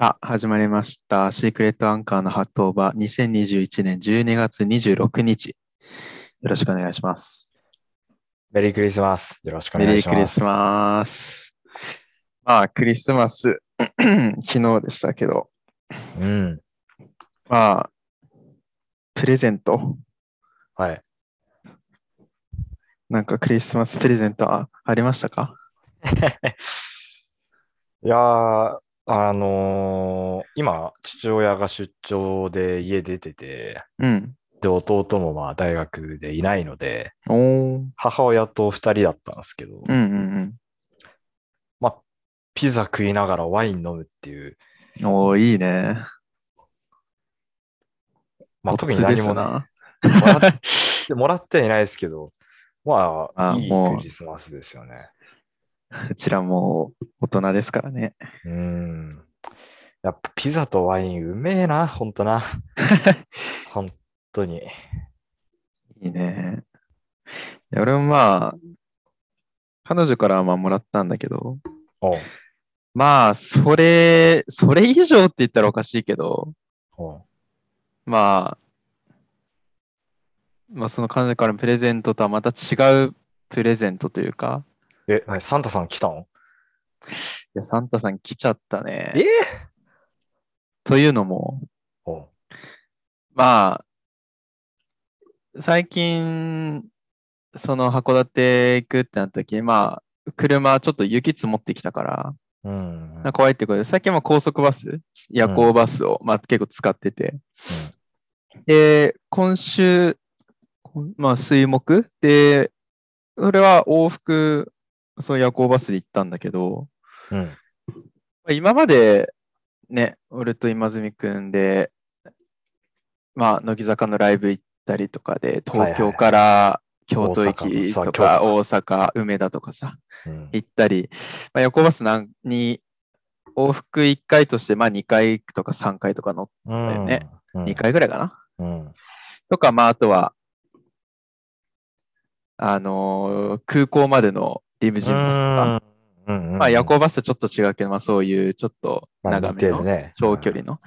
あ、始まりました。シークレットアンカーの発頭場、2021年12月26日。よろしくお願いします。メリークリスマス。よろしくおメ願いリしーます。クリスマス。まあ、クリスマス、 昨日でしたけど、うん。まあ、プレゼント、はい。なんかクリスマスプレゼントあありましたかいやー、あのー今、父親が出張で家出てて、うん。で、弟もまあ大学でいないので、おー。母親と二人だったんですけど、うんうんまあ、ピザ食いながらワイン飲むっていう、うん。おー、いいね。まあ、特におつで何すもね、 な。もらって、もらってはいないですけど、まあ、あいいもうクリスマスですよね。うちらもう大人ですからね。うん。やっぱピザとワインうめえな、ほん とな。本当に。いいね。いや俺もまあ、彼女からはまあもらったんだけど、おうまあ、それ、それ以上って言ったらおかしいけど、おうまあ、まあ、その彼女からのプレゼントとはまた違うプレゼントというか、え、何サンタさん来たのいや、サンタさん来ちゃったね。えというのも、おうまあ、最近、その函館行くってなった時、まあ、車ちょっと雪積もってきたから、うん。なんか怖いってことで、最近は高速バス、夜行バスを、まあ、結構使ってて、で、今週、こんまあ、水木で、それは往復、そう夜行バスで行ったんだけど、うん。まあ今まで、ね、俺と今住くんで、まあ、乃木坂のライブ行ったりとかで、東京から京都駅大阪とそう京か、都大阪、梅田とかさ、うん行ったり、まあ、夜行バスなんに往復1回として、まあ、2回とか3回とか乗っうんよねうん2回ぐらいかな、うん。とか、まあ、あとは、あのー空港までのリムジンバスとか、うんうんまあ、夜行バスとちょっと違うけど、まあ、そういうちょっとまあ長似めてるのね。長距離の。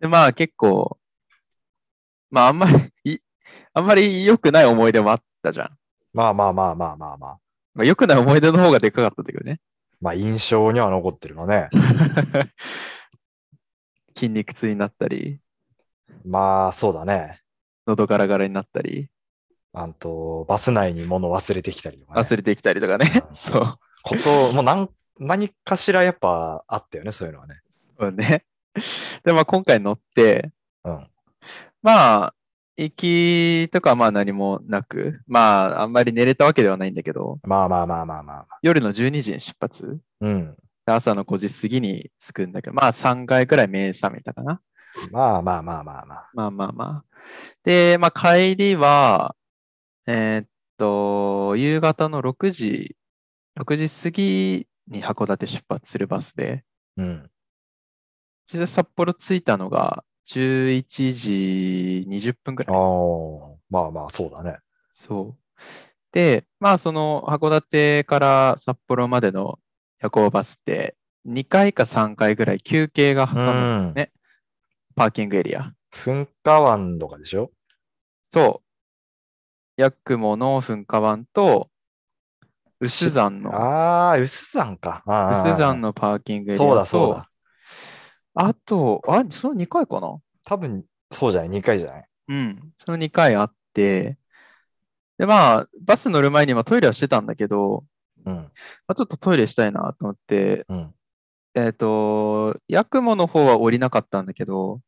で、まあ、結構、まあ、あんまりい、あんまり良くない思い出もあったじゃん。まあまあまあまあまあまあ。まあ、良くない思い出の方がでかかったんだけどね。まあ印象には残ってるのね。 筋肉痛になったり、まあそうだね。喉ガラガラになったり、あんと、バス内に物忘れてきたりとかね。忘れてきたりとかね。う んそう。こと、もう何、何かしらやっぱあったよね、そういうのはね。そうね。で、まあ今回乗って、うん。まあ、行きとかはまあ何もなく、まああんまり寝れたわけではないんだけど、まあまあまあまあまあまあ。夜の12時に出発。うん。で朝の5時過ぎに着くんだけど、まあ3回くらい目覚めたかな。まあまあまあまあまあ。まあまあまあ。で、まあ帰りは、えーっと、夕方の6時、6時過ぎに函館出発するバスで、うん。実際札幌着いたのが11時20分くらいあ。あ、まあまあそうだね。そう。で、まあ、その函館から札幌までの夜行バスって、2回か3回ぐらい休憩が挟むうんねパーキングエリア。噴火湾とかでしょそう。ヤクモの噴火湾と、臼山の、ああ、薄山か。臼薄山のパーキングエリアと、そうだそうだ。あと、あ、その2回かな多分、そうじゃない ?2 回じゃないうん。その2回あって、で、まあ、バス乗る前にまあトイレはしてたんだけど、うん。まあ、ちょっとトイレしたいなと思って、うん。えっ、と、ヤクモの方は降りなかったんだけど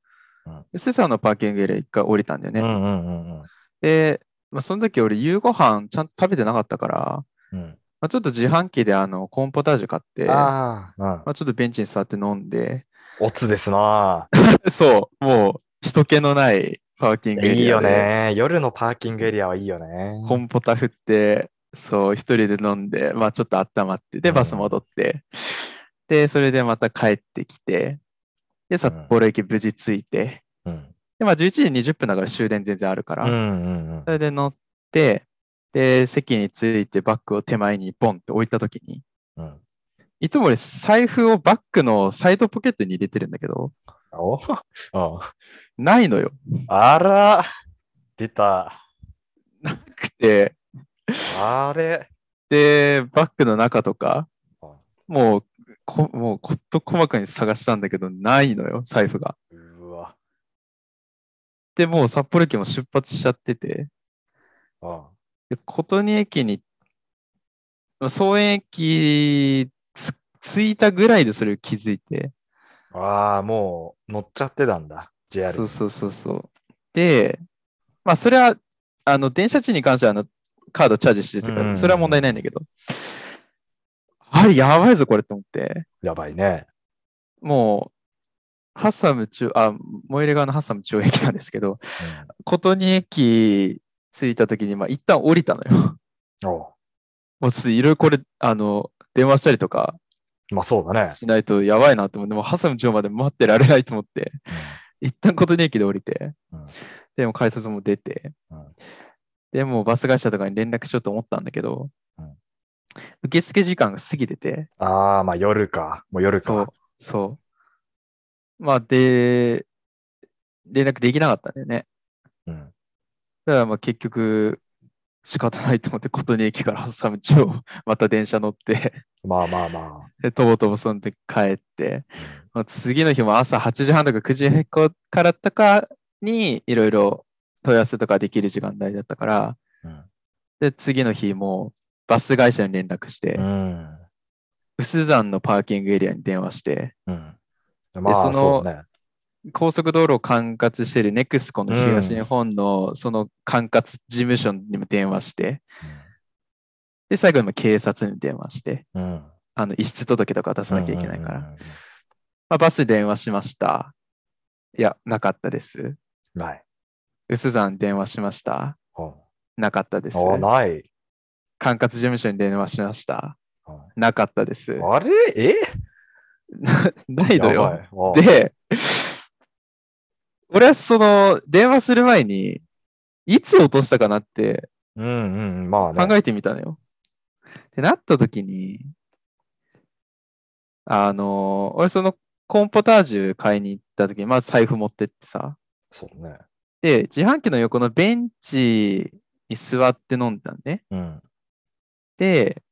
うん、うすさんのパーキングエリア一回降りたんだよね。うんうんうんで、まあ、その時俺夕ご飯ちゃんと食べてなかったから、うん。まあ、ちょっと自販機であのコーンポタージュ買って、まああ、うん。あ、ちょっとベンチに座って飲ん で、オツですなあ。そう、もう人気のないパーキングエリアでいいよね。夜のパーキングエリアはいいよね。コンポタ振って、そう、一人で飲んで、まあちょっと温まって、で、うんバス戻って、で、それでまた帰ってきて、で、札幌駅無事着いて、うん。で、まあ11時20分だから終電全然あるかうら、んうんそうれん。で乗って、で、席に着いてバッグを手前にボンって置いたときに、うんいつも俺財布をバッグのサイドポケットに入れてるんだけど、お うんないのよ。あら、出た。なくて、あれ。で、バッグの中とかうん、もう、こもうこと細かに探したんだけど、ないのよ、財布が。うわ。で、もう札幌駅も出発しちゃってて、うんで琴仁駅に、まあ総園駅つ着いたぐらいでそれを気づいて、ああ、もう乗っちゃってたんだ。JR に。そうそうそうそう。で、まあ、それは、あの、電車賃に関しては、あの、カードチャージしてたかうんうんうら、んそれは問題ないんだけど、あれ、やばいぞ、これと思って、やばいね。もう、ハッサム中、あ、最寄り側のハッサム中央駅なんですけど、琴仁駅着いた時に、まあ、一旦降りたのよ。うん、おもう、ちょっといろいろこれ、あの、電話したりとかうまあそうだね。しないとやばいなと思って、もうハッサム中央まで待ってられないと思って、一旦琴仁駅で降りて、うんでも改札も出て、うんでもうバス会社とかに連絡しようと思ったんだけど、うん受付時間が過ぎてて、ああ、まあ夜か。もう夜そかう。、そう。まあ、で、連絡できなかったんだよね。うん、だからまあ結局、仕方ないと思って、琴仁駅から挟む地を また電車乗って、まあまあまで、とぼとぼそんで帰って、まあ、次の日も朝8時半とか9時からとかにいろいろ問い合わせとかできる時間帯だったから、あ。うんで、次の日もバス会社に連絡して、うん。薄山のパーキングエリアに電話して、うん。まあそのそうね。高速道路を管轄しているネクスコの東日本のその管轄事務所にも電話して、で、最後にも警察にも電話して、うん。うんあの、遺失届とか出さなきゃいけないから、うんうんうんまあ、バスで電話しました。いや、なかったです。うんない。薄山に電話しました。うんなかったです。ああ、ない。管轄事務所に電話しました。うんなかったです。あれえないのよ。やばい。で、俺はその、電話する前に、いつ落としたかなってうんうんうん、まあね。考えてみたのよ。ってなった時に、あの、俺そのコーンポタージュ買いに行った時に、まず財布持ってってさ、そうね。で、自販機の横のベンチに座って飲んだんね。うん。で、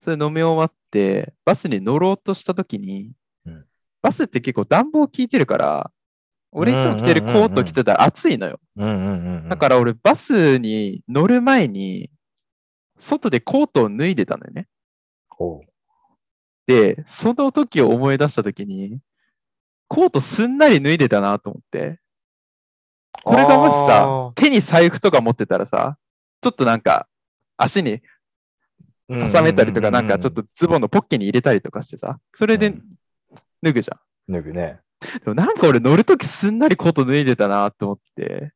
それ飲み終わって、バスに乗ろうとした時に、うんバスって結構暖房効いてるから、俺いつも着てるコート着てたら暑いのよ。うんうんうんうん。だから俺バスに乗る前に、外でコートを脱いでたのよね。おうで、その時を思い出した時に、コートすんなり脱いでたなと思って、これがもしさあ手に財布とか持ってたらさ、ちょっとなんか足にー挟めたりとか、うんうなんうんかちょっとズボンのポッケに入れたりとかしてさ、それうでん脱ぐじゃん。脱ぐね。でもなんか俺乗るときすんなりコート脱いでたなと思って、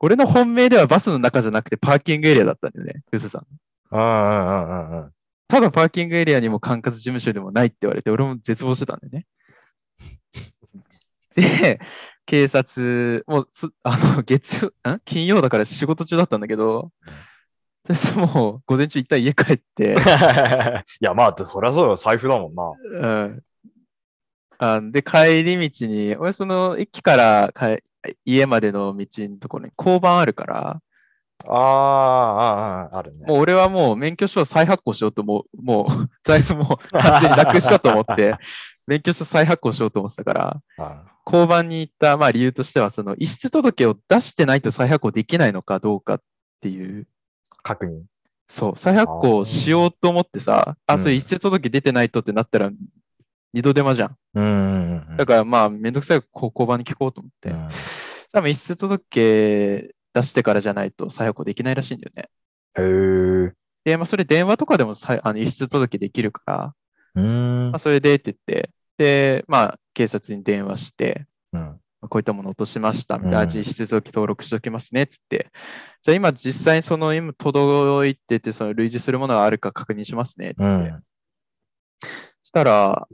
俺の本命ではバスの中じゃなくてパーキングエリアだったんだよね、うすさん。うんうんうんうんうん。ただパーキングエリアにも管轄事務所でもないって言われて、俺も絶望してたんだよね。 で、警察、もうそあの月曜ん、金曜だから仕事中だったんだけど、私もう午前中一旦家帰って、 いや、まあ、そりゃそうよ。財布だもんな。うん。あで、帰り道に、俺、その、駅から帰家までの道のところに交番あるから、ああ、ああ、あるね。もう俺はもう免許証を再発行しようと、もう、もう、 財布も完全になくしたと思って、 免許証再発行しようと思ってたから、あ交番に行った、まあ理由としては、その、遺失届を出してないと再発行できないのかどうかっていう、確認。そう、再発行しようと思ってさ、あうんそれ遺失届出てないとってなったら、二度手間じゃん。うんうんうんうん。だからまあ、めんどくさいからこう交番に聞こうと思って。うん多分、一出届出してからじゃないと再発行できないらしいんだよね。へえ。で、まあ、それ電話とかでもさあの一出届できるから、うんまあ、。それでって言って、で、まあ、警察に電話して、うんまあこういったもの落としました、みたいうんな、あじゃあ一出届登録しておきますね、っつって。じゃあ今実際にその今届いてて、その類似するものがあるか確認しますね、っつって。うん。したら、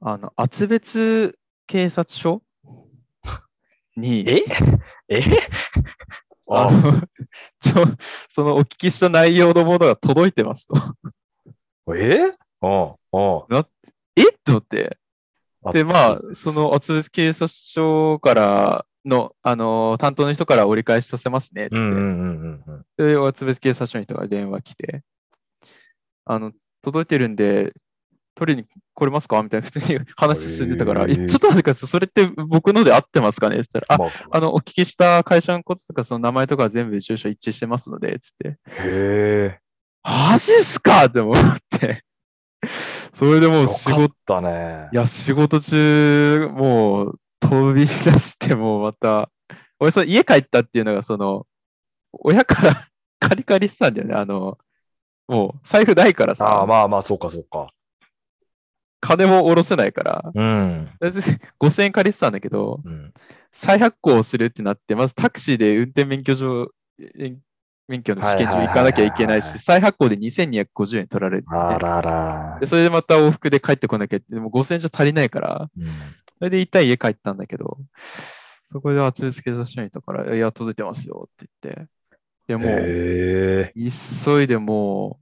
あの、厚別警察署に、ええあ あの、ちょ、そのお聞きした内容のものが届いてますと。えおうおう えっと思って。あで、まあ、つその、おつぶ警察署からの、あのー担当の人から折り返しさせますね、つって。うんうんうんうんうん。で、おつぶ警察署の人が電話来て、あの、届いてるんで、取りに来れますかみたいな、普通に話進んでたから、へーえちょっと待ってください、それって僕ので合ってますかねって言ったら、あ、まあの、お聞きした会社のこととか、その名前とかは全部住所一致してますので、つって。へえ。マジっすかって思って。 それでもうよ仕かっ事、たねい。や、仕事中、もう飛び出して、もうまた、俺、その家帰ったっていうのが、その、親から借り借りしてたんだよね。あの、もう財布ないからあさあ、、まあまあ、そうかそうか。金も下ろせないから、うん。とりあえず5000円借りてたんだけど、うん、再発行するってなって、まずタクシーで運転免許証、え免許の試験は場いはいはいはい行かなきゃいけないし、再発行で2250円取られるんだよね、あららで、。それでまた往復で帰ってこなきゃって、でも5000円じゃ足りないから、うんそれで一体家帰ったんだけど、そこで圧力警察署にいたから、いや、届いてますよって言って。で、もう、へえ。急いでも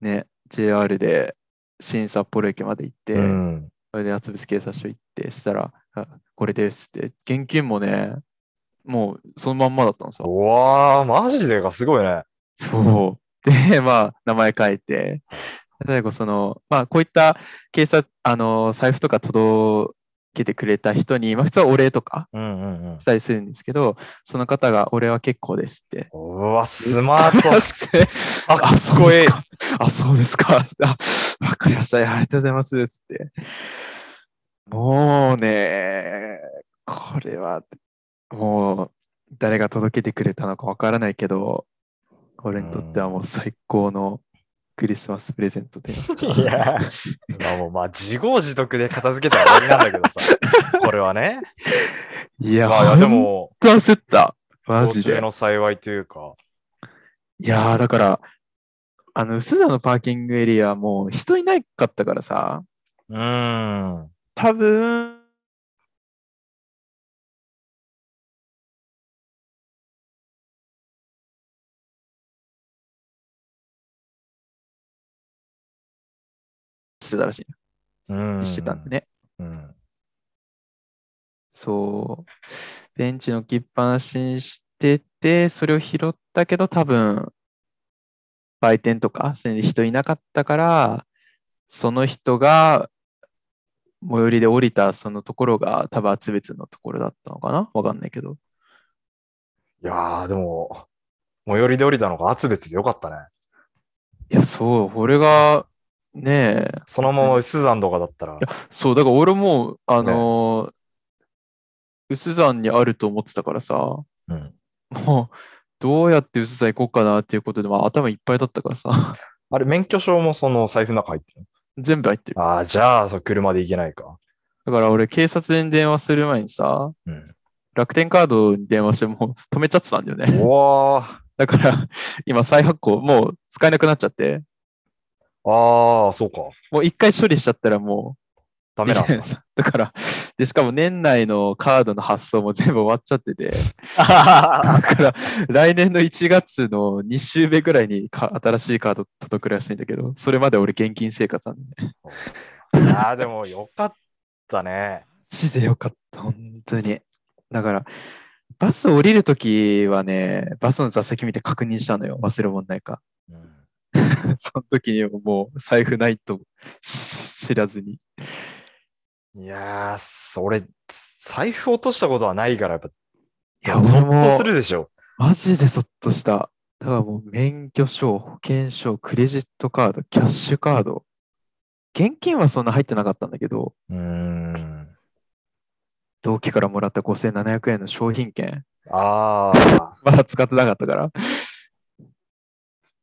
う、ね、JR で新札幌駅まで行って、うん。それで厚物警察署行って、したら、あこれですって、現金もね、もうそのまんまだったのさ。うわー、マジでか、すごいね。そう。で、まあ、名前書いて、最後、その、まあ、こういった警察、あの、財布とか届けてくれた人に、まあ、普通はお礼とかうんうんうんし。たりするんですけど、その方が、俺は結構ですって。うわ、スマート。して、かっこいい。あ、そうですか。あ、わかりました。いやありがとうございます。つって。もうね、これは、もう、誰が届けてくれたのかわからないけど、俺にとってはもう最高のクリスマスプレゼントで。 いや、まあもうまあ自業自得で片付けたら終わりなんだけど さ、これはね。いや、まあいやで、も、本当焦った。マ途ジ中で。の幸いというか、いやー、だから、あの、薄田のパーキングエリアはもう人いなかったからさ、うーん。多分してたらしいうん。してたんでね、うん。そうベンチの置きっぱなしにしててそれを拾ったけど多分売店とかそれで人いなかったからその人が最寄りで降りたそのところが多分厚別のところだったのかなわかんないけどいやー、でも、最寄りで降りたのが厚別でよかったね。いや、そう、俺が、ねえ、そのままスザンとかだったらい、や、そう、だから俺も、あのー、薄山にあると思ってたからさ、うんもう、どうやって薄山行こうかなっていうことで、まあ、頭いっぱいだったからさ、 あれ、免許証もその財布の中入ってる全部入ってる。ああ、じゃあ、そう車で行けないか。だから俺、警察に電話する前にさ、うん。楽天カードに電話して、もう止めちゃってたんだよね。うわー、だから、今、再発行、もう使えなくなっちゃって、ああ、そうか。もう一回処理しちゃったらもう、ダメなんだ。だから、で、しかも年内のカードの発送も全部終わっちゃってて、だ から、来年の1月の2週目ぐらいにか新しいカード届くらしいんだけど、それまで俺現金生活なんで、ね。いやー、でもよかったね。マジでよかった、本当に。だから、バス降りるときはね、バスの座席見て確認したのよ、忘れ物ないか。 うんその時にはもう財布ないとし知らずに。いやー、それ、財布落としたことはないから、やっぱ、いや、ゾ俺ッともするでしょ。マジでそっとした。だからもう免許証、保険証、クレジットカード、キャッシュカード。現金はそんな入ってなかったんだけど、うーん。同期からもらった5700円の商品券、ああ、まだ使ってなかったから。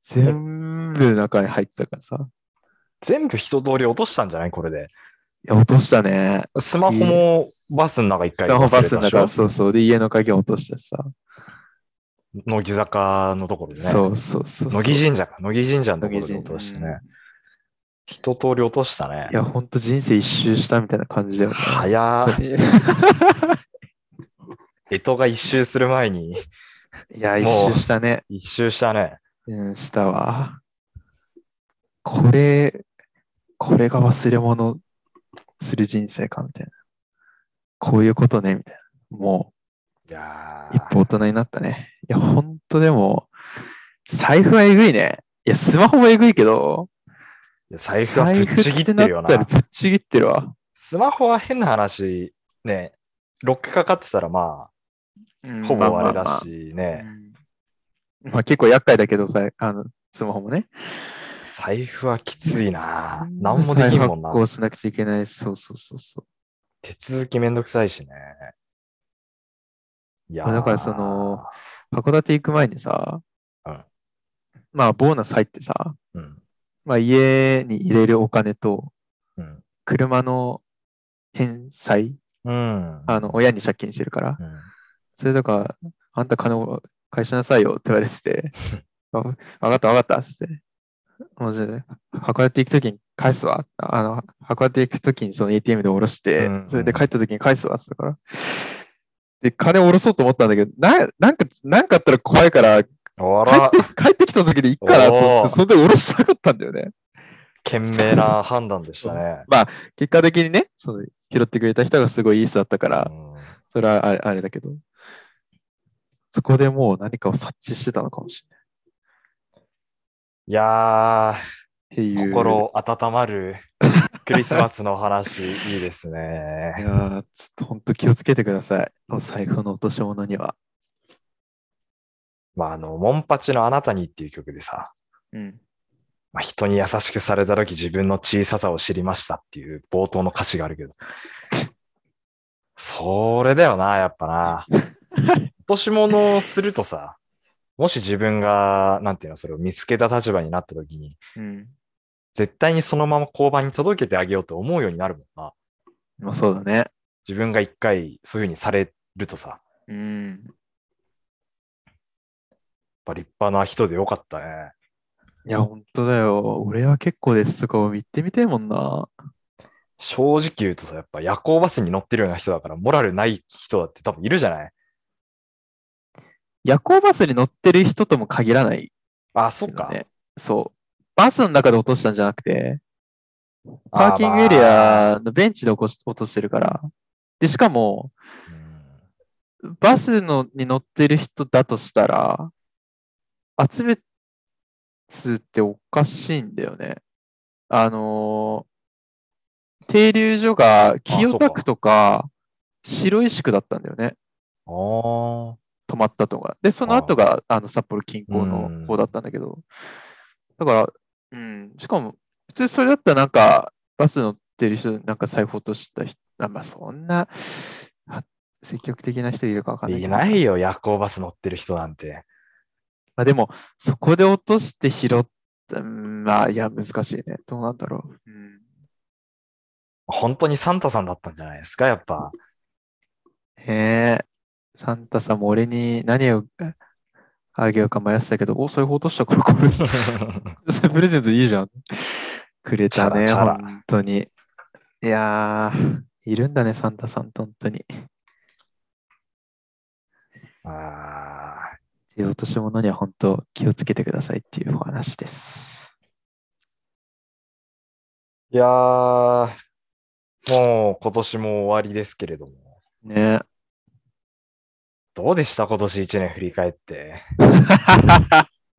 全部中に入ってたからさ。全部一通り落としたんじゃないこれで。いや、落としたね。スマホもバスの中一ス回マホ忘バれスたのでし中、ょそうそう。で、家の鍵落としたしさ。乃木坂のところでね。そうそうそうそう。乃木神社か。乃木神社のところ乃木で落神としてね。一通り落としたねい。や、ほんと人生一周したみたいな感じだよね。早本ー当に江戸が一周する前にいや、一もう周したね。一周したね。うん、したわ。これ、これが忘れ物する人生かみたいな。こういうことね、みたいな。もいやう、一歩大人になったね。いや、ほんとでも、財布はえぐいね。いや、スマホもえぐいけど、ー財布はぶっちぎってる財布っ。てなよなったらぶっちぎってるわ。スマホは変な話、ね、ロックかかってたらまうんあ、ほぼあれまだましまあね、うんまあ結構厄介だけどさ、あの、スマホもね。財布はきついな。何もできんもん再な発。行しなくちゃいけない。そうそうそうそう。手続きめんどくさいしね。いやーだからその、函館行く前にさ、うんまあ、ボーナス入ってさ、うん、まあ、家に入れるお金と、うん、車の返済、うん。あの、親に借金してるから、うんそれとか、あんた金を返しなさいよって言われて て、あわかったわかったっつって、もうじゃあ函館行くときに返すわ。あの、函館行くときにその ATM で下ろして、うんそれで帰ったときに返すわっつったから。で、金下ろそうと思ったんだけど、な、なんか、なんかあったら怖いから、あ帰ら、って帰ってきた時でいっかなと思おって、ーそれで下ろしてなかったんだよね。賢明な判断でしたね。結果的にね、その拾ってくれた人がすごいいい人だったからう、んそれはあれあれだけど、そこでもう何かを察知してたのかもしれないやい。ってー、いう。心温まるクリスマスのお話、いいですいね。やーちょっと本当気をつけてください。お財布の落とし物には。まあ、あの、モンパチのあなたにっていう曲でさ、うん。まあ、人に優しくされた時自分の小ささを知りましたっていう冒頭の歌詞があるけど。それだよな、やっぱな。落とし物をするとさ、もし自分が、なんていうの、それを見つけた立場になった時に、うん。絶対にそのまま交番に届けてあげようと思うようになるもんな。まあそうだね。自分が一回そういうふうにされるとさ、やっうん。ぱ立派な人でよかったね。いや、本当だよ。俺は結構ですとかを言ってみたいもんな。正直言うとさ、やっぱ夜行バスに乗ってるような人だから、モラルない人だって多分いるじゃない夜行バスに乗ってる人とも限らないあ、そけっどか。ね。そう。バスの中で落としたんじゃなくて、パあーキングエリ。アのベンチで落こし落としてるから。で、しかも、まあうんバスのに乗ってる人だとしたら、集めつっておかしいんだよね。あのー停留所が清田区とか白石区だったんだよね。あー泊まったとか。で、その後があの札幌近郊うんの方だったんだけど、だから、うん、しかも、普通それだったらなんか、バス乗ってる人、なんか財布落とした人、あまあそんな、あ積極的な人いるかわかんないいけど。ないよ、夜行バス乗ってる人なんて。まあでも、そこで落として拾った、うんまあ、いや、難しいね。どうなんだろう。うん、本当にサンタさんだったんじゃないですか、やっぱ。へえ、サンタさんも俺に何をあげようか迷ってたけど、お、財布落としたからこ れ。 それプレゼントいいじゃん。くれたね、チャラチャラ本当に。いやー、いるんだね、サンタさんと、本当に。あー手落とし物には本当気をつけてくださいっていうお話です。いやー、もう今年も終わりですけれども。ねどうでした今年1年振り返って。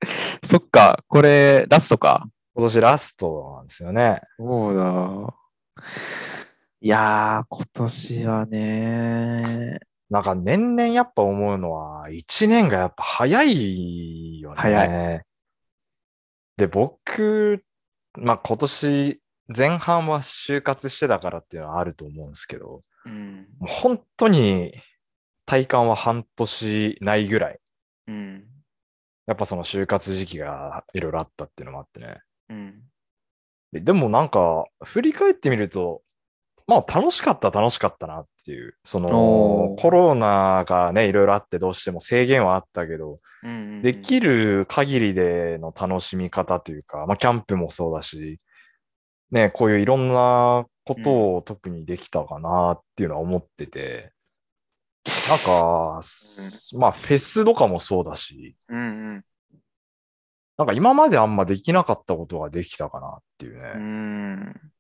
そっか、これ、ラストか。今年ラストなんですよね。そうだ。いやー、今年はね、なんか年々やっぱ思うのは、1年がやっぱ早いよね。早い。で、僕、まあ今年前半は就活してたからっていうのはあると思うんですけど、うん、もう本当に体感は半年ないぐらい。うん、やっぱその就活時期がいろいろあったっていうのもあってね。うん、ででもなんか、振り返ってみると、まあ楽しかった楽しかったなっていう、そのおーコロナがね、いろいろあってどうしても制限はあったけど、うんできる限りでの楽しみ方というか、まあキャンプもそうだし、ね、こういういろんなことを特にできたかなっていうのは思ってて、なんか、まあフェスとかもそうだし、うん、うん、なんか今まであんまできなかったことができたかなっていうね。うん。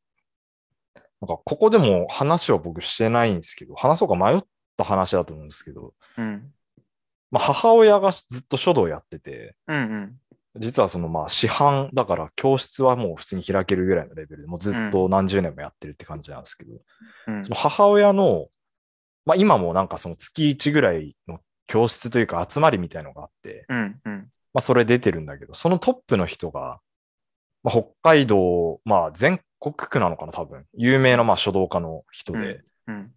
なんかここでも話は僕してないんですけど、話そうか迷った話だと思うんですけど、うん。まあ、母親がずっと書道やってて、うん。実はそのまあ市販だから教室はもう普通に開けるぐらいのレベルでもうずっと何十年もやってるって感じなんですけど、うんその母親の、まあ、今もなんかその月1ぐらいの教室というか集まりみたいのがあって、うん。うん。まあ、それ出てるんだけど、そのトップの人が、まあ、北海道、まあ、全国区なのかな、多分。有名なまあ書道家の人で、うんうん。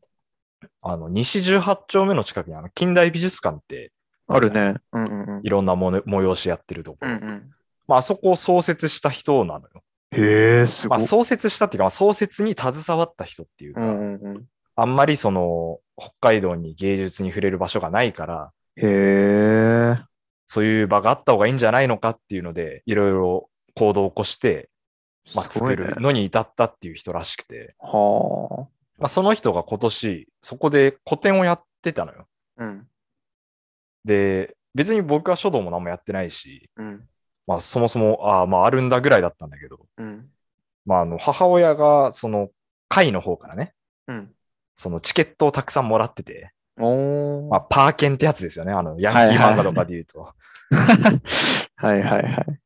あの、西18丁目の近くにあの近代美術館ってあるね。うん。うん。いろんなもの催しやってるとこうろ、ん。うん。まあ、あそこを創設した人なのよ。へえ、すまごあ、い。創設したっていうか、まあ、創設に携わった人っていうか、うんうんうん。あんまりその、北海道に芸術に触れる場所がないから、へえ。そういう場があった方がいいんじゃないのかっていうので、いろいろ行動を起こして、まあ、すご作いねるのに至ったっていう人らしくて、はまあ、その人が今年、そこで個展をやってたのよ。あ。うん。で、別に僕は書道も何もやってないし、うん。まあ、そもそも、ああ、まあ、あるんだぐらいだったんだけど、うん。まあ、あの、母親が、その、会の方からね、うん。そのチケットをたくさんもらってて、おー。まあ、パーケンってやつですよね。あの、ヤンキー漫画とかで言うと。 はいはいはい。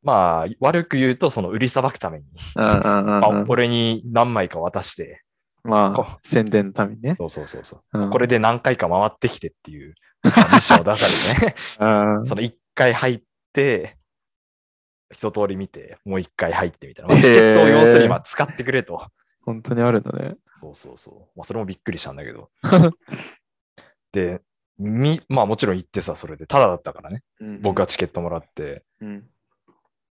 まあ、悪く言うと、その、売りさばくために、うんうんまあうんうん。俺に何枚か渡して、まこあ、宣伝のためにね。そうそうそうそう。うんこれで何回か回ってきてっていうまあミッションを出さ れてね、うんその一回入って、一通り見て、もう一回入ってみたいな。へーまあチケットを要するにまあ使ってくれと。本当にあるんだね。そうそうそう。まあ、それもびっくりしたんだ けど。で、み、まあもちろん行ってさ、それで、ただだったからね。僕は。がチケットもらって。うん。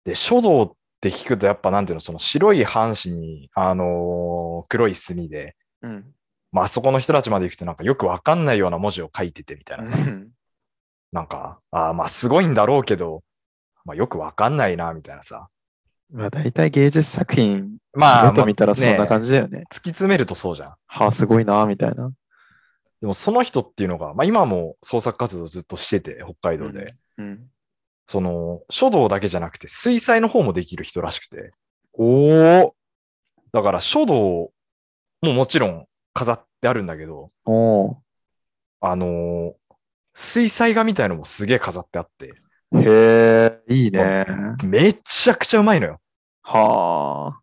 で、書道って聞くと、やっぱなんていうの、その白い半紙に、あのー黒い墨で、うん。まあ、あそこの人たちまで行くとなんかよくわかんないような文字を書いててみたいなさ、うんなんか、ああまあすごいんだろうけど、まあよくわかんないな、みたいなさ。まあ、大体芸術作品、まあまあ、と見たらまあそんな感じだよね。突き詰めるとそうじゃん。はあ、すごいな、みたいな。でもその人っていうのが、まあ今も創作活動ずっとしてて、北海道で。うん。その、書道だけじゃなくて、水彩の方もできる人らしくて。おだから書道ももちろん飾ってあるんだけど、おおあのー水彩画みたいのもすげえ飾ってあって、ーへえ、いいね。めちゃくちゃうまいのよ。はあ。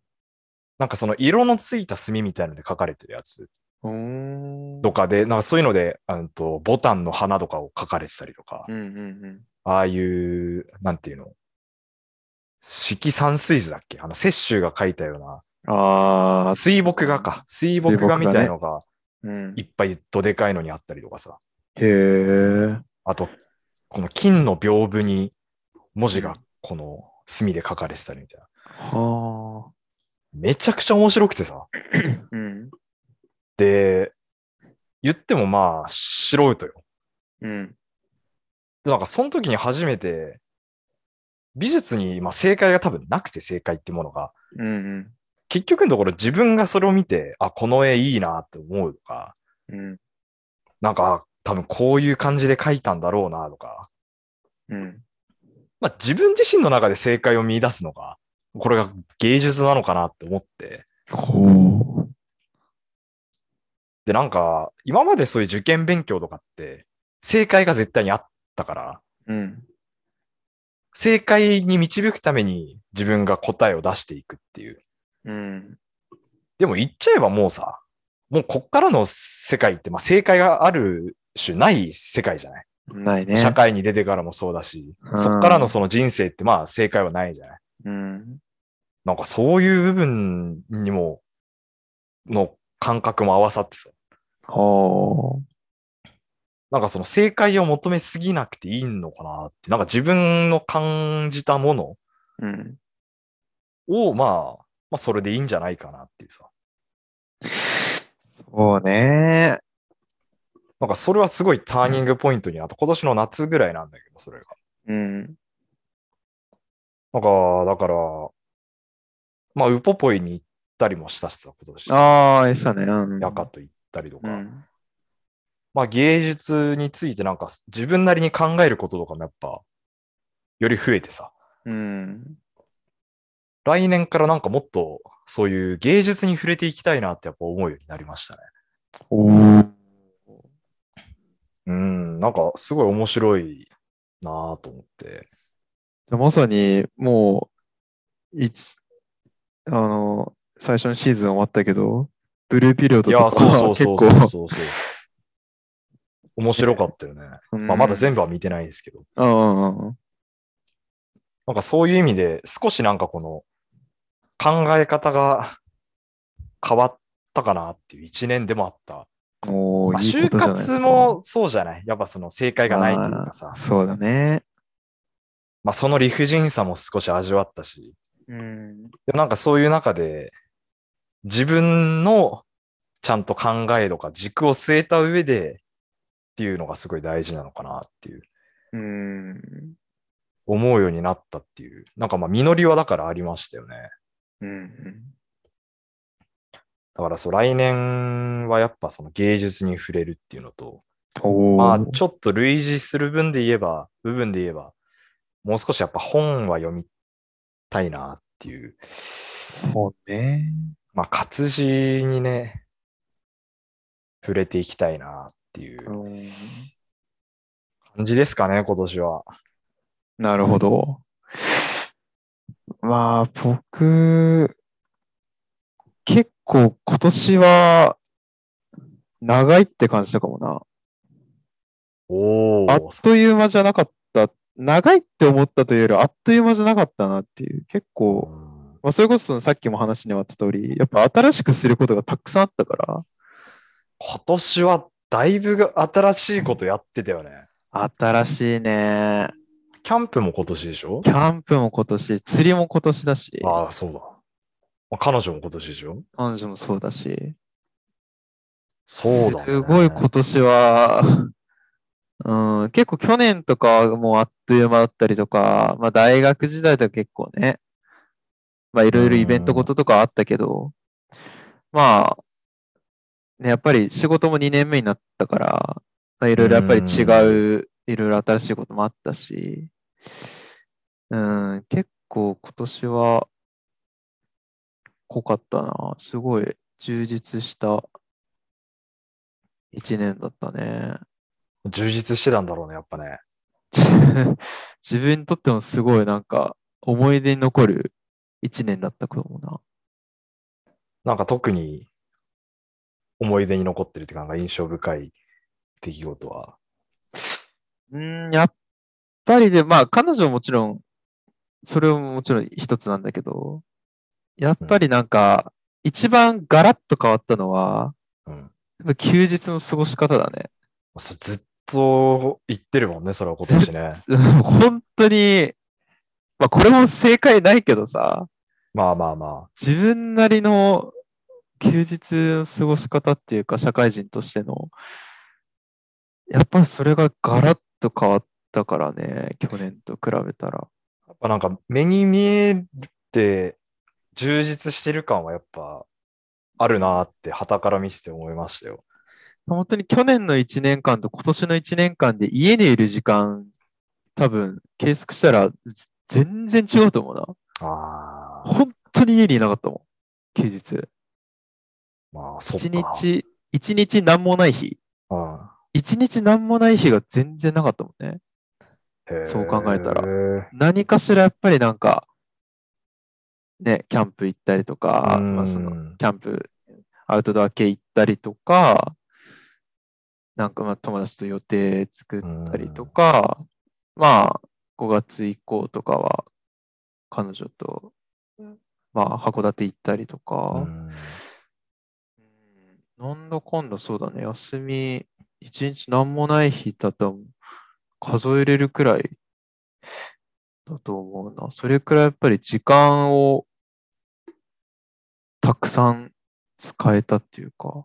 なんかその色のついた墨みたいので書かれてるやつうーん。とかで、なんかそういうので、うんと、ボタンの花とかを書かれてたりとかう、んうんああいう、なんていうの、色散水図だっけあの、雪舟が書いたような、うん。ああ、水墨画か。水墨水墨画画ねみたいのがうんい。っぱいどでかいのにあったりとかさ。へえ。あと、この金の屏風に文字がこの墨で書かれてたりみたいな。はめちゃくちゃ面白くてさ。あ。うん。で、言ってもまあ、素人よ。うん。でなんかその時に初めて、美術にまあ正解が多分なくて正解ってものが、うんうん。結局のところ自分がそれを見て、あ、この絵いいなって思うとか、うん。なんか多分こういう感じで描いたんだろうなとか、うん。まあ自分自身の中で正解を見出すのが、これが芸術なのかなって思って、ほう。でなんか今までそういう受験勉強とかって正解が絶対にあったから、うん。正解に導くために自分が答えを出していくっていううん。でも言っちゃえばもうさ、もうこっからの世界って、まあ、正解がある種ない世界じゃない、ないね。社会に出てからもそうだし、うんそっからのその人生ってまあ正解はないじゃないうん。なんかそういう部分にも、の感覚も合わさってさ、ほなんかその正解を求めすぎなくていいのかなって、なんか自分の感じたものう。うん。をまあ、まあそれでいいんじゃないかなっていうさ、そうね。なんかそれはすごいターニングポイントになって、今年の夏ぐらいなんだけど、それが。うん。なんか、だから、まあ、ウポポイに行ったりもしたしさ、今年。ああ、餌ね。うん。ヤカと行ったりとか。うん。まあ、芸術についてなんか、自分なりに考えることとかもやっぱ、より増えてさ。うん。来年からなんかもっとそういう芸術に触れていきたいなってやっぱ思うようになりましたね。おーうん、なんかすごい面白いなぁと思って。じゃあまさにもう、いつ、あの、最初のシーズン終わったけど、ブルーピリオいドとや、かそうそう結そ構うそうそうそう。 面白かったよね。うんまあ、まだ全部は見てないんですけど。うんうんうんなんかそういう意味で少しなんかこの考え方が変わったかなっていう一年でもあった。おまあ、ーいいことじゃ就ないですか活もそうじゃないやっぱその正解がないというかさあー。そうだね。まあ、その理不尽さも少し味わったし。うん。でもなんかそういう中で、自分のちゃんと考えとか軸を据えた上でっていうのがすごい大事なのかなっていう、うん。思うようになったっていう、なんかまあ実りはだからありましたよね。うん。だからそう、来年はやっぱその芸術に触れるっていうのと、おーまあちょっと類似する分で言えば、部分で言えば、もう少しやっぱ本は読みたいなっていう、そうね。まあ活字にね、触れていきたいなっていううん感じですかね、今年は。なるほど。まあ、僕、結構今年は長いって感じたかもな。おあっお、という間じゃなかった。長いって思ったというより、あっという間じゃなかったなっていう。結構、うんまあ、それこそそのさっきも話にあった通り、やっぱ新しくすることがたくさんあったから、今年はだいぶ新しいことやってたよね。新しいね。キャンプも今年でしょキャンプも今年、釣りも今年だし、ああ、そうだ。まあ彼女も今年でしょ彼女もそうだし、そうだ、ね。すごい今年は、うん、結構去年とかはもうあっという間だったりとか、まあ大学時代とか結構ね、まあいろいろイベントごととかあったけど、まあ、ね、やっぱり仕事も2年目になったから、まあいろいろやっぱり違う、いろいろ新しいこともあったし、うん、結構今年は濃かったな。すごい充実した一年だったね。 充実してたんだろうね、やっぱね。自分にとってもすごいなんか思い出に残る一年だったかもな。なんか特に思い出に残ってるっていうか、なんか印象深い出来事は。うん、やっぱりで、まあ彼女ももちろん、それももちろん一つなんだけど、やっぱりなんか一番ガラッと変わったのは、うん。やっぱ休日の過ごし方だね。それずっと言ってるもんね、それは今 年ね。本当に、まあこれも正解ないけどさ、まあまあま自分なりの休日の過ごし方っていうか、社会人としての、やっぱりそれがガラッと変わったからね、去年と比べたら。あ。やっぱなんか目に見えて充実してる感はやっぱあるなーって、傍から見せて思いましたよ。本当に去年の1年間と今年の1年間で家にいる時間、多分計測したらぜ全然違うと思うな。ああ。本当に家にいなかったもん、休日。まあ、そっか。 1。日、一日何もない日。うん。 1日何もない日が全然なかったもんね。へーそう考えたら何かしらやっぱりなんか、ね、キャンプ行ったりとか、うんまあ、そのキャンプ、アウトドア系行ったりとか、なんかまあ友達と予定作ったりとか、まあ5月以降とかは彼女と、まあ函館行ったりとうか、んうんなんだかんだそうだね、休み一日何もない日だと数えれるくらいだと思うな。それくらいやっぱり時間をたくさん使えたっていうか。うん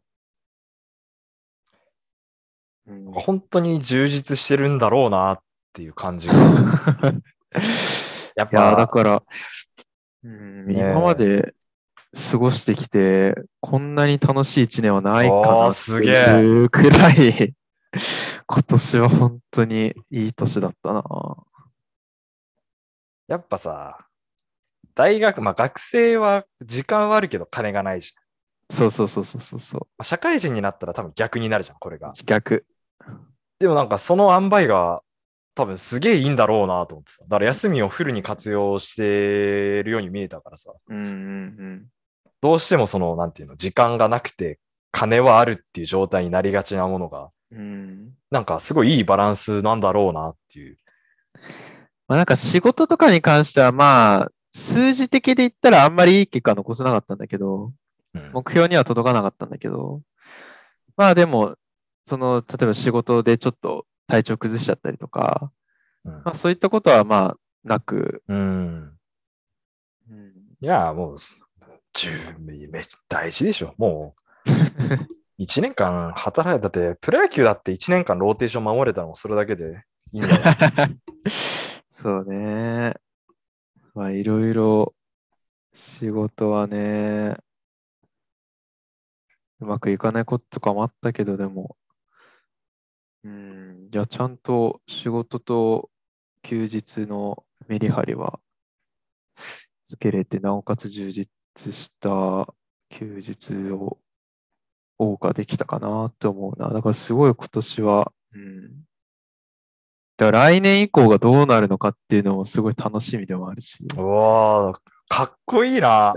なんか本当に充実してるんだろうなっていう感じ が。やっいやー、ぱだから、うんねえ今まで過ごしてきて、こんなに楽しい一年はないかおなーってすげえいうくらい、 今年は本当にいい年だったな。やっぱさ、大学、まあ学生は時間はあるけど金がないじゃん。そうそうそうそうそうそう。まあ社会人になったら多分逆になるじゃん、これが。逆。でもなんかその塩梅が多分すげえいいんだろうなと思ってさ。だから休みをフルに活用してるように見えたからさ。うんうんどうしてもその、なんていうの、時間がなくて金はあるっていう状態になりがちなものが、うん。うんなんかすごいいいバランスなんだろうなっていう。まあ、なんか仕事とかに関しては、まあ、数字的で言ったらあんまりいい結果は残せなかったんだけど、うん目標には届かなかったんだけど、まあでも、その、例えば仕事でちょっと体調崩しちゃったりとか、うんまあそういったことはまあなく、うん。いや、もう、準備めっちゃ大事でしょ。もう、1年間働いたって、プロ野球だって1年間ローテーション守れたのもそれだけでいいんだよ。そうね。まあいろいろ仕事はね、うまくいかないこととかもあったけど、でも、うん、じゃあちゃんと仕事と休日のメリハリはつけれて、なおかつ充実した休日を謳歌できたかなと思うな。だからすごい今年は、うん、だから来年以降がどうなるのかっていうのもすごい楽しみでもあるし。うわーかっこい いな。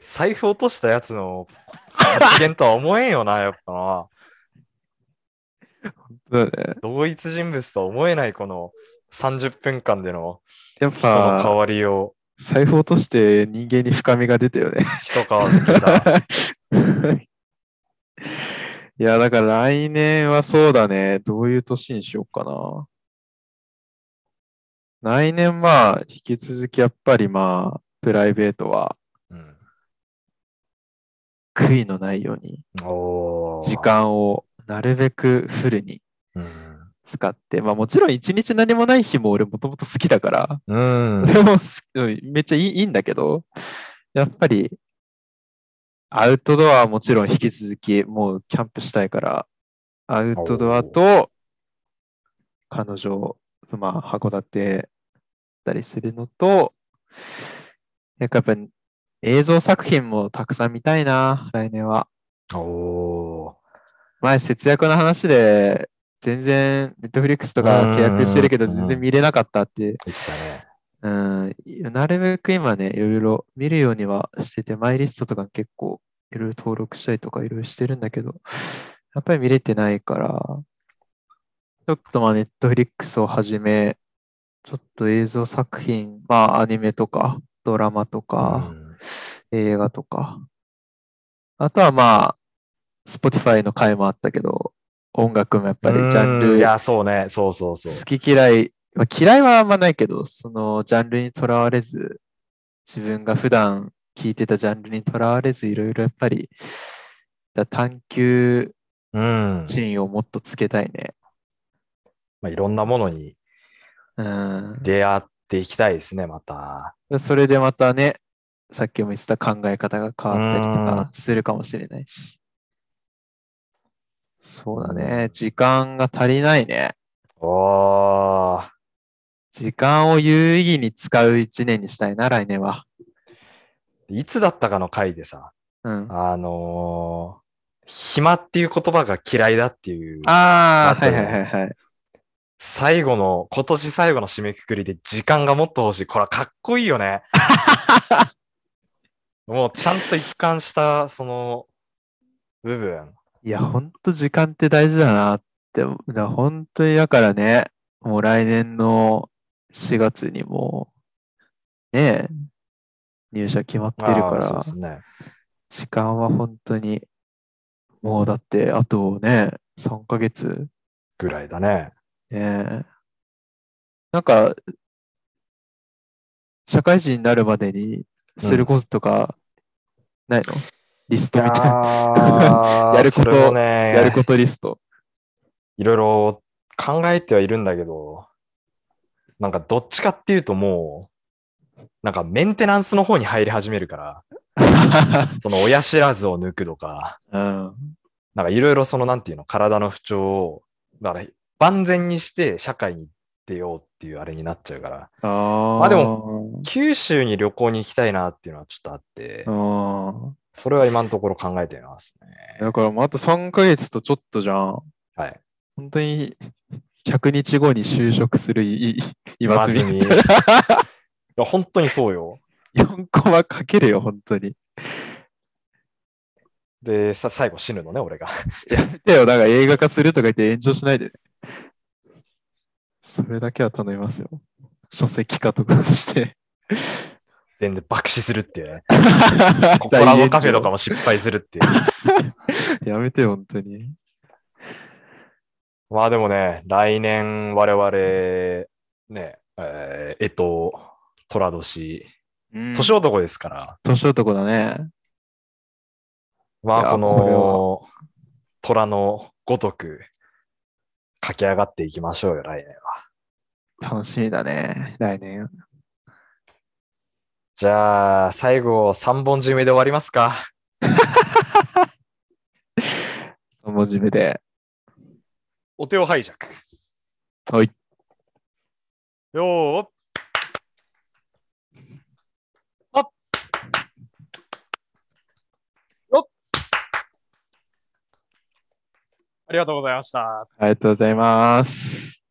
財布落としたやつの発言とは思えんよな、やっぱな。そうだね同一人物とは思えないこの30分間でのやっ人の変ぱわりを、財布落として人間に深みが出たよね。人変わってきた。 いや、だから来年はそうだね。どういう年にしようかな。来年まあ、引き続きやっぱりまあ、プライベートはうん悔いのないように、おー時。間をなるべくフルにうん使って、まあもちろん一日何もない日も俺もともと好きだから、うん。でもすうんめっちゃいいいいんだけど、やっぱりアウトドアはもちろん引き続きもうキャンプしたいから、アウトドアと彼女、まあ函館だったりするのと、なんかやっぱり映像作品もたくさん見たいな、来年は。おー前節約の話で全然 Netflix とか契約してるけどうん全然見れなかったって言ってたね。うん、なるべく今ね、いろいろ見るようにはしてて、マイリストとか結構いろいろ登録したりとかいろいろしてるんだけど、やっぱり見れてないから、ちょっとまあネットフリックスをはじめ、ちょっと映像作品、まあアニメとか、ドラマとか、映画とか、あとはまあ、Spotify の回もあったけど、音楽もやっぱりジャンうんルいや、そうね。そうそうそう。好き嫌い、まあ、嫌いはあんまないけど、そのジャンルにとらわれず、自分が普段聞いてたジャンルにとらわれず、いろいろやっぱり、だ探求うん。心をもっとつけたいね。まあ、いろんなものにうん。出会っていきたいですね、また。それでまたね、さっきも言ってた考え方が変わったりとかするかもしれないし。そうだね。時間が足りないね。おー時間を有意義に使う一年にしたいな、来年は。いつだったかの回でさ、うん。ああのー暇っていう言葉が嫌いだっていう、ああー、とはいはいはいはい。最後の、今年最後の締めくくりで時間がもっと欲しい。これはかっこいい よね。もうちゃんと一貫した、その、部分。いや、ほんと時間って大事だなって、だ本当にだからね、もう来年の4月にもう、ねえ、入社決まってるかあーそうらで、すね。時間は本当に、もうだって、あとね、3ヶ月、ぐらいだね。ねえ、なんか、社会人になるまでにすることとか、ないのリ ストみたいな。ややることそれもね、やることリス ト。 いろいろ考えてはいるんだけど、なんかどっちかっていうともう、なんかメンテナンスの方に入り始めるから、その親知らずを抜くとか、うん。なんかいろいろそのなんていうの、体の不調を、だから万全にして社会に出ようっていうあれになっちゃうから、あーまあでも、九州に旅行に行きたいなっていうのはちょっとあって、あそれは今のところ考えてますーね。だからもうあと3ヶ月とちょっとじゃん。はい。本当に100日後に就職するいい 今積 み。 今積みいや本当にそうよ。 4コマかけるよ、本当に。で、さ最後死ぬのね、俺が。やめてよ、なんか映画化するとか言って炎上しないでね。それだけは頼みますよ。書籍化とか して。全然爆死するっていうね。こここらのカフェとかも失敗するっていう。 やめてよ、本当に。まあでもね、来年我々、ね、えー、えと、虎年、年男ですから、年男だね。いまやあここれの虎のごとく駆け上がっていきましょうよ、来年は。楽しみだね、来年。じゃあ、最後3本締めで終わりますか。 3文字目で。お手を拝借。はい。よーっあっよっありがとうございました。ありがとうございます。